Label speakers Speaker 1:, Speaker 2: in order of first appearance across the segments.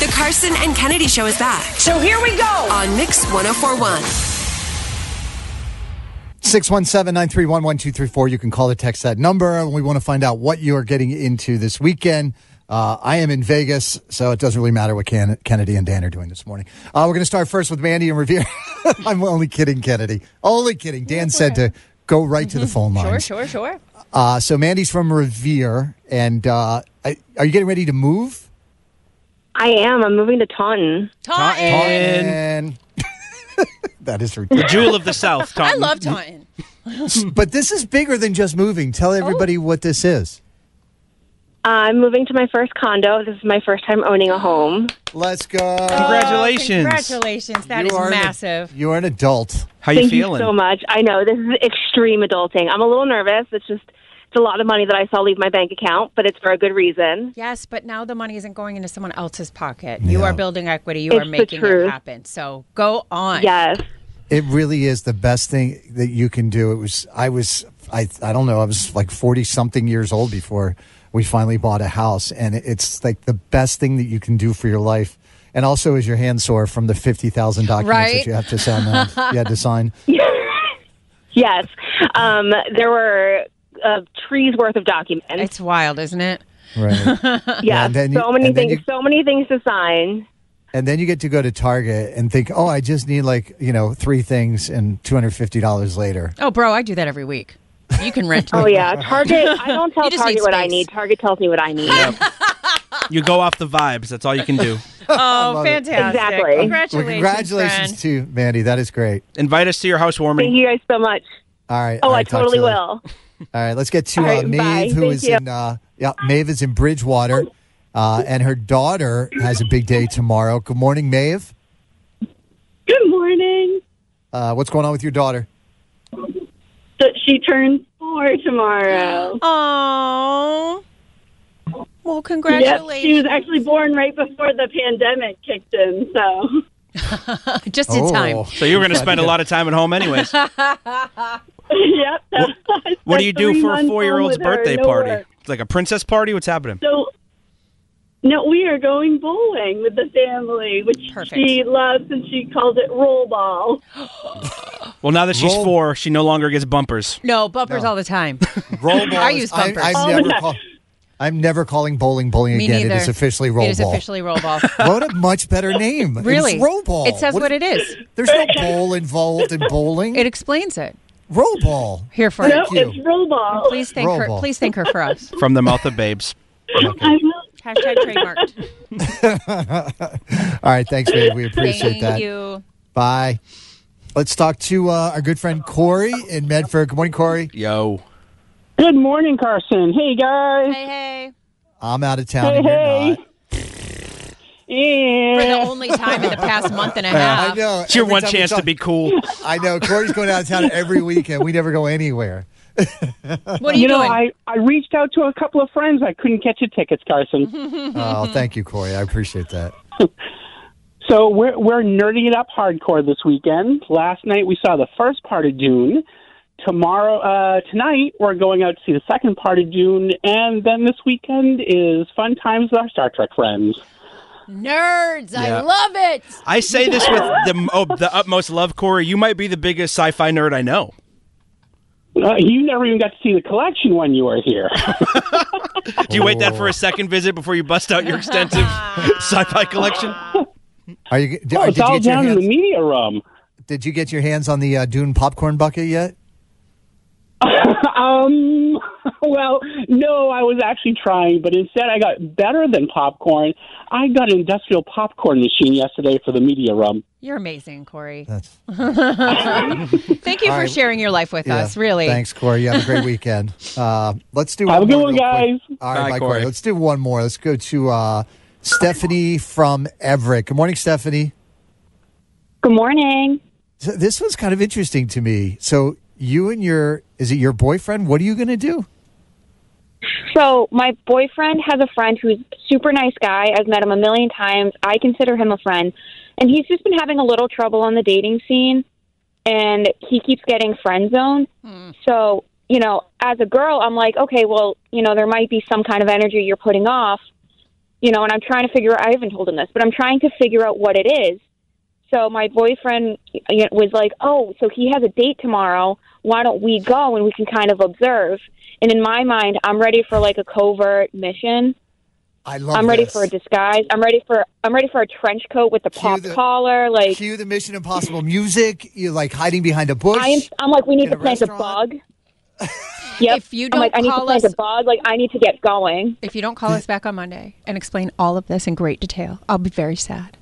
Speaker 1: The Carson and Kennedy Show is back.
Speaker 2: So here we go
Speaker 1: on Mix 1041.
Speaker 3: 617-931-1234. You can call or text that number. We want to find out what you are getting into this weekend. Uh, I am in Vegas, so it doesn't really matter what Ken- Kennedy and Dan are doing this morning. Uh, we're going to start first with Mandy and Revere. I'm only kidding, Kennedy. Only kidding. Dan said to go right to the phone line.
Speaker 4: Mm-hmm. Sure, sure, sure.
Speaker 3: Uh, so Mandy's from Revere, and uh, I, are you getting ready to move?
Speaker 5: I am. I'm moving to Taunton.
Speaker 4: Taunton.
Speaker 3: And that is ridiculous.
Speaker 6: Jewel of the South.
Speaker 4: I
Speaker 6: Taunton.
Speaker 4: love Taunton.
Speaker 3: But this is bigger than just moving. Tell everybody
Speaker 4: Oh.
Speaker 3: what this is.
Speaker 5: I'm moving to my first condo. This is my first time owning a home.
Speaker 3: Let's go.
Speaker 6: Congratulations.
Speaker 4: Congratulations. That is
Speaker 3: You are an-
Speaker 4: massive.
Speaker 3: you are an adult.
Speaker 6: How you
Speaker 5: Thank
Speaker 6: feeling?
Speaker 5: you so much. I know this is extreme adulting. I'm a little nervous. It's just it's a lot of money that I saw leave my bank account, but it's for a good reason.
Speaker 4: Yes, but now the money isn't going into someone else's pocket. You are building equity. You
Speaker 5: It's
Speaker 4: are
Speaker 5: the
Speaker 4: making it
Speaker 5: truth.
Speaker 4: happen. So go on.
Speaker 5: Yes.
Speaker 3: It really is the best thing that you can do. It was I was I I don't know, I was like 40 something years old before we finally bought a house and it- it's like the best thing that you can do for your life. And also is your hand sore from the 50,000 documents that
Speaker 4: Right?
Speaker 3: you have to sign on, you had to sign.
Speaker 5: Yes. Um, there were a trees worth of documents.
Speaker 4: It's wild, isn't it?
Speaker 3: Right.
Speaker 5: yes.
Speaker 3: and then you-
Speaker 5: so many
Speaker 3: and then
Speaker 5: things.
Speaker 3: you-
Speaker 5: so many things to sign.
Speaker 3: And then you get to go to Target and think, "Oh, I just need like, you know, three things and $250 later."
Speaker 4: Oh, bro, I do that every week. You can rent.
Speaker 5: Oh yeah. Target. I don't tell
Speaker 4: You just need
Speaker 5: Target what I
Speaker 4: space.
Speaker 5: need. Target tells me what I need.
Speaker 6: You go off the vibes. That's all you can do.
Speaker 4: Oh, fantastic.
Speaker 5: Exactly.
Speaker 3: Well,
Speaker 4: Congratulations. friend.
Speaker 3: congratulations to you, Mandy. That is great.
Speaker 6: Invite us to your
Speaker 5: Thank
Speaker 6: housewarming.
Speaker 5: you guys so much.
Speaker 3: All right.
Speaker 5: Oh,
Speaker 3: all
Speaker 5: I
Speaker 3: right, talk to
Speaker 5: totally
Speaker 3: you later.
Speaker 5: will.
Speaker 3: All right, let's get to
Speaker 5: All
Speaker 3: uh,
Speaker 5: right, bye.
Speaker 3: Maeve, who
Speaker 5: Thank
Speaker 3: is
Speaker 5: you.
Speaker 3: in. Uh, yeah, Maeve is in Bridgewater, uh, and her daughter has a big day tomorrow. Good morning, Maeve.
Speaker 7: Good morning.
Speaker 3: Uh, what's going on with your daughter?
Speaker 7: So she turns four tomorrow.
Speaker 4: Oh. Well,
Speaker 7: Yep,
Speaker 4: congratulations.
Speaker 7: she was actually born right before the pandemic kicked in. So
Speaker 4: Just in time.
Speaker 3: Oh.
Speaker 6: So you were going to spend a lot of time at home, anyways.
Speaker 7: yep.
Speaker 6: What- What do you do for a four-year-old's birthday party?
Speaker 7: Work.
Speaker 6: It's like a princess party. What's happening?
Speaker 7: So no, we are going bowling with the family, which
Speaker 4: Perfect.
Speaker 7: she loves, and she calls it roll ball.
Speaker 6: Well, now that she's
Speaker 3: Roll-
Speaker 6: four, she no longer gets bumpers.
Speaker 4: No, bumpers all the time.
Speaker 3: Roll ball.
Speaker 4: I use bumpers. Oh.
Speaker 3: I, am never call- I'm never calling bowling bowling
Speaker 4: Me
Speaker 3: again.
Speaker 4: neither.
Speaker 3: It is officially roll
Speaker 4: It is
Speaker 3: ball.
Speaker 4: officially roll ball.
Speaker 3: what a much better name.
Speaker 4: Really?
Speaker 3: It's roll ball.
Speaker 4: It says what, it is.
Speaker 3: There's no bowl involved in bowling.
Speaker 4: It explains it.
Speaker 3: roll ball.
Speaker 4: Here for
Speaker 7: No,
Speaker 4: it.
Speaker 3: Thank you.
Speaker 7: it's roll ball.
Speaker 4: Please thank
Speaker 3: Roll
Speaker 4: her.
Speaker 3: ball.
Speaker 4: Please thank her for us.
Speaker 6: From the mouth of babes.
Speaker 7: I will
Speaker 4: Hashtag trademarked.
Speaker 3: All right, thanks, Maeve. We appreciate
Speaker 4: Thank
Speaker 3: that.
Speaker 4: you.
Speaker 3: Bye. Let's talk to uh, our good friend Corey in Medford. Good morning, Corey.
Speaker 6: Yo.
Speaker 7: Good morning, Carson. Hey guys.
Speaker 4: Hey, hey.
Speaker 3: I'm out of town. and
Speaker 7: Hey,
Speaker 3: you're
Speaker 7: hey.
Speaker 3: not.
Speaker 7: Yeah.
Speaker 4: For the only time in the past month and a half.
Speaker 3: I know.
Speaker 6: It's your
Speaker 3: Every
Speaker 6: one
Speaker 3: time we
Speaker 6: chance to
Speaker 3: talk-
Speaker 6: be cool.
Speaker 3: I know. Corey's going out of town every weekend. We never go anywhere.
Speaker 4: What are you,
Speaker 7: know,
Speaker 4: doing?
Speaker 7: I, I reached out to a couple of friends. I couldn't get your tickets,
Speaker 4: Mm-hmm.
Speaker 7: Carson.
Speaker 3: Oh,
Speaker 7: Mm-hmm.
Speaker 3: thank you, Corey. I appreciate that.
Speaker 7: so we're, we're nerding it up hardcore this weekend. Last night we saw the first part of Dune. Tomorrow, uh, tonight, we're going out to see the second part of Dune. And then this weekend is fun times with our Star Trek friends.
Speaker 4: Nerds.
Speaker 6: Yeah.
Speaker 4: I love it.
Speaker 6: I say this with the, oh, the utmost love, Corey. You might be the biggest sci-fi nerd I know.
Speaker 7: Uh, you never even got to see the collection when you were here.
Speaker 6: Do you wait that for a second visit before you bust out your extensive sci-fi collection?
Speaker 3: Are you? Did,
Speaker 7: Oh,
Speaker 3: did
Speaker 7: it's
Speaker 3: you
Speaker 7: all
Speaker 3: get your
Speaker 7: down in
Speaker 3: hands,
Speaker 7: the media room.
Speaker 3: Did you get your hands on the uh, Dune popcorn bucket yet?
Speaker 7: Um, well, no, I was actually trying, but instead I got better than popcorn. I got an industrial popcorn machine yesterday for the media room.
Speaker 4: You're amazing, Corey.
Speaker 3: That's
Speaker 4: Thank you for sharing your life with us.
Speaker 3: Yeah.
Speaker 4: Really.
Speaker 3: Thanks, Corey. You have a great weekend. Uh, let's do.
Speaker 7: Have a
Speaker 3: one
Speaker 7: good
Speaker 3: more
Speaker 7: one,
Speaker 3: real quick.
Speaker 7: guys.
Speaker 3: All right,
Speaker 6: Bye,
Speaker 3: bye, Corey.
Speaker 6: Corey.
Speaker 3: Let's do one more. Let's go to uh, Stephanie from Everett. Good morning, Stephanie.
Speaker 5: Good morning.
Speaker 3: So this was kind of interesting to me. So you and your is it your boyfriend? What are you going to do?
Speaker 5: So, my boyfriend has a friend who's a super nice guy. I've met him a million times. I consider him a friend. And he's just been having a little trouble on the dating scene and he keeps getting friend zoned. So, you know, as a girl, I'm like, okay, well, you know, there might be some kind of energy you're putting off, you know, and I'm trying to figure I haven't told him this, but I'm trying to figure out what it is. So my boyfriend you know, was like, "Oh, so he has a date tomorrow. Why don't we go and we can kind of observe?" And in my mind, I'm ready for like a covert mission.
Speaker 3: I love.
Speaker 5: I'm ready
Speaker 3: this.
Speaker 5: for a disguise. I'm ready for I'm ready for a trench coat with the
Speaker 3: Cue
Speaker 5: pop
Speaker 3: the-
Speaker 5: collar. Like
Speaker 3: Cue the Mission Impossible music. You're like hiding behind a bush.
Speaker 5: I am, I'm like, we need
Speaker 3: in a
Speaker 5: to plant
Speaker 3: restaurant?
Speaker 5: a bug. Yep.
Speaker 4: If you
Speaker 5: I'm like,
Speaker 4: don't
Speaker 5: I need to
Speaker 4: call
Speaker 5: plant
Speaker 4: us-
Speaker 5: a bug. Like I need to get going.
Speaker 4: If you don't call us back on Monday and explain all of this in great detail, I'll be very sad.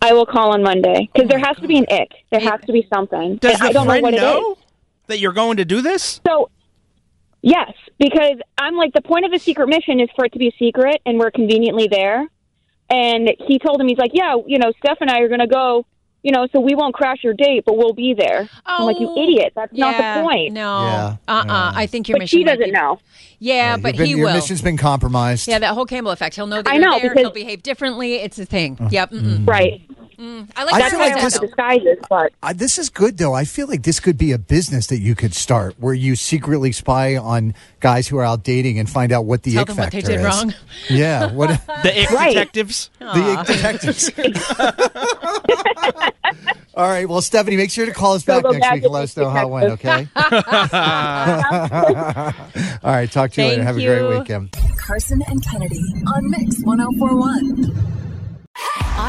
Speaker 5: I will call on Monday
Speaker 4: Oh
Speaker 5: because there has to be an it. There has to be something.
Speaker 6: Does
Speaker 5: and
Speaker 6: the
Speaker 5: I don't know
Speaker 6: friend
Speaker 5: what it is.
Speaker 6: know that you're going to do this?
Speaker 5: So, yes, because I'm like, the point of a secret mission is for it to be secret, and we're conveniently there. And he told him, he's like, yeah, you know, Steph and I are going to go, you know, so we won't crash your date, but we'll be there. I'm like, you
Speaker 4: Oh,
Speaker 5: idiot. That's not
Speaker 4: yeah,
Speaker 5: the point.
Speaker 4: No.
Speaker 3: Yeah,
Speaker 4: Uh-uh.
Speaker 3: yeah.
Speaker 4: I think your
Speaker 5: But
Speaker 4: mission.
Speaker 5: she
Speaker 4: might
Speaker 5: doesn't
Speaker 4: be-
Speaker 5: know.
Speaker 4: Yeah,
Speaker 3: You've
Speaker 4: but
Speaker 3: been-
Speaker 4: he
Speaker 3: your
Speaker 4: will.
Speaker 3: mission's been compromised.
Speaker 4: Yeah, that whole Campbell effect. He'll know that
Speaker 5: I
Speaker 4: you're
Speaker 5: know,
Speaker 4: there.
Speaker 5: because-
Speaker 4: He'll behave differently. It's a thing. Yep. Mm-mm.
Speaker 5: Right.
Speaker 4: I
Speaker 3: Mm.
Speaker 4: like
Speaker 3: I
Speaker 4: that
Speaker 5: That's
Speaker 3: feel like
Speaker 5: why I
Speaker 4: idea,
Speaker 5: want
Speaker 3: this-
Speaker 5: the
Speaker 4: though.
Speaker 5: disguises, but
Speaker 3: Uh, this is good though. I feel like this could be a business that you could start, where you secretly spy on guys who are out dating and find out what the
Speaker 4: Tell
Speaker 3: ick
Speaker 4: them what
Speaker 3: factor
Speaker 4: they did
Speaker 3: is.
Speaker 4: wrong.
Speaker 3: Yeah, what
Speaker 6: The ick
Speaker 5: Right.
Speaker 6: detectives.
Speaker 3: the ick detectives. All right, well, Stephanie, make sure to call us
Speaker 5: So
Speaker 3: back
Speaker 5: go
Speaker 3: next
Speaker 5: back
Speaker 3: week and
Speaker 5: and
Speaker 3: let us
Speaker 5: ick
Speaker 3: know how it went. Okay. All right, talk to you later.
Speaker 4: Thank
Speaker 3: Have a great
Speaker 4: you.
Speaker 3: weekend.
Speaker 1: Carson and Kennedy on Mix 1041.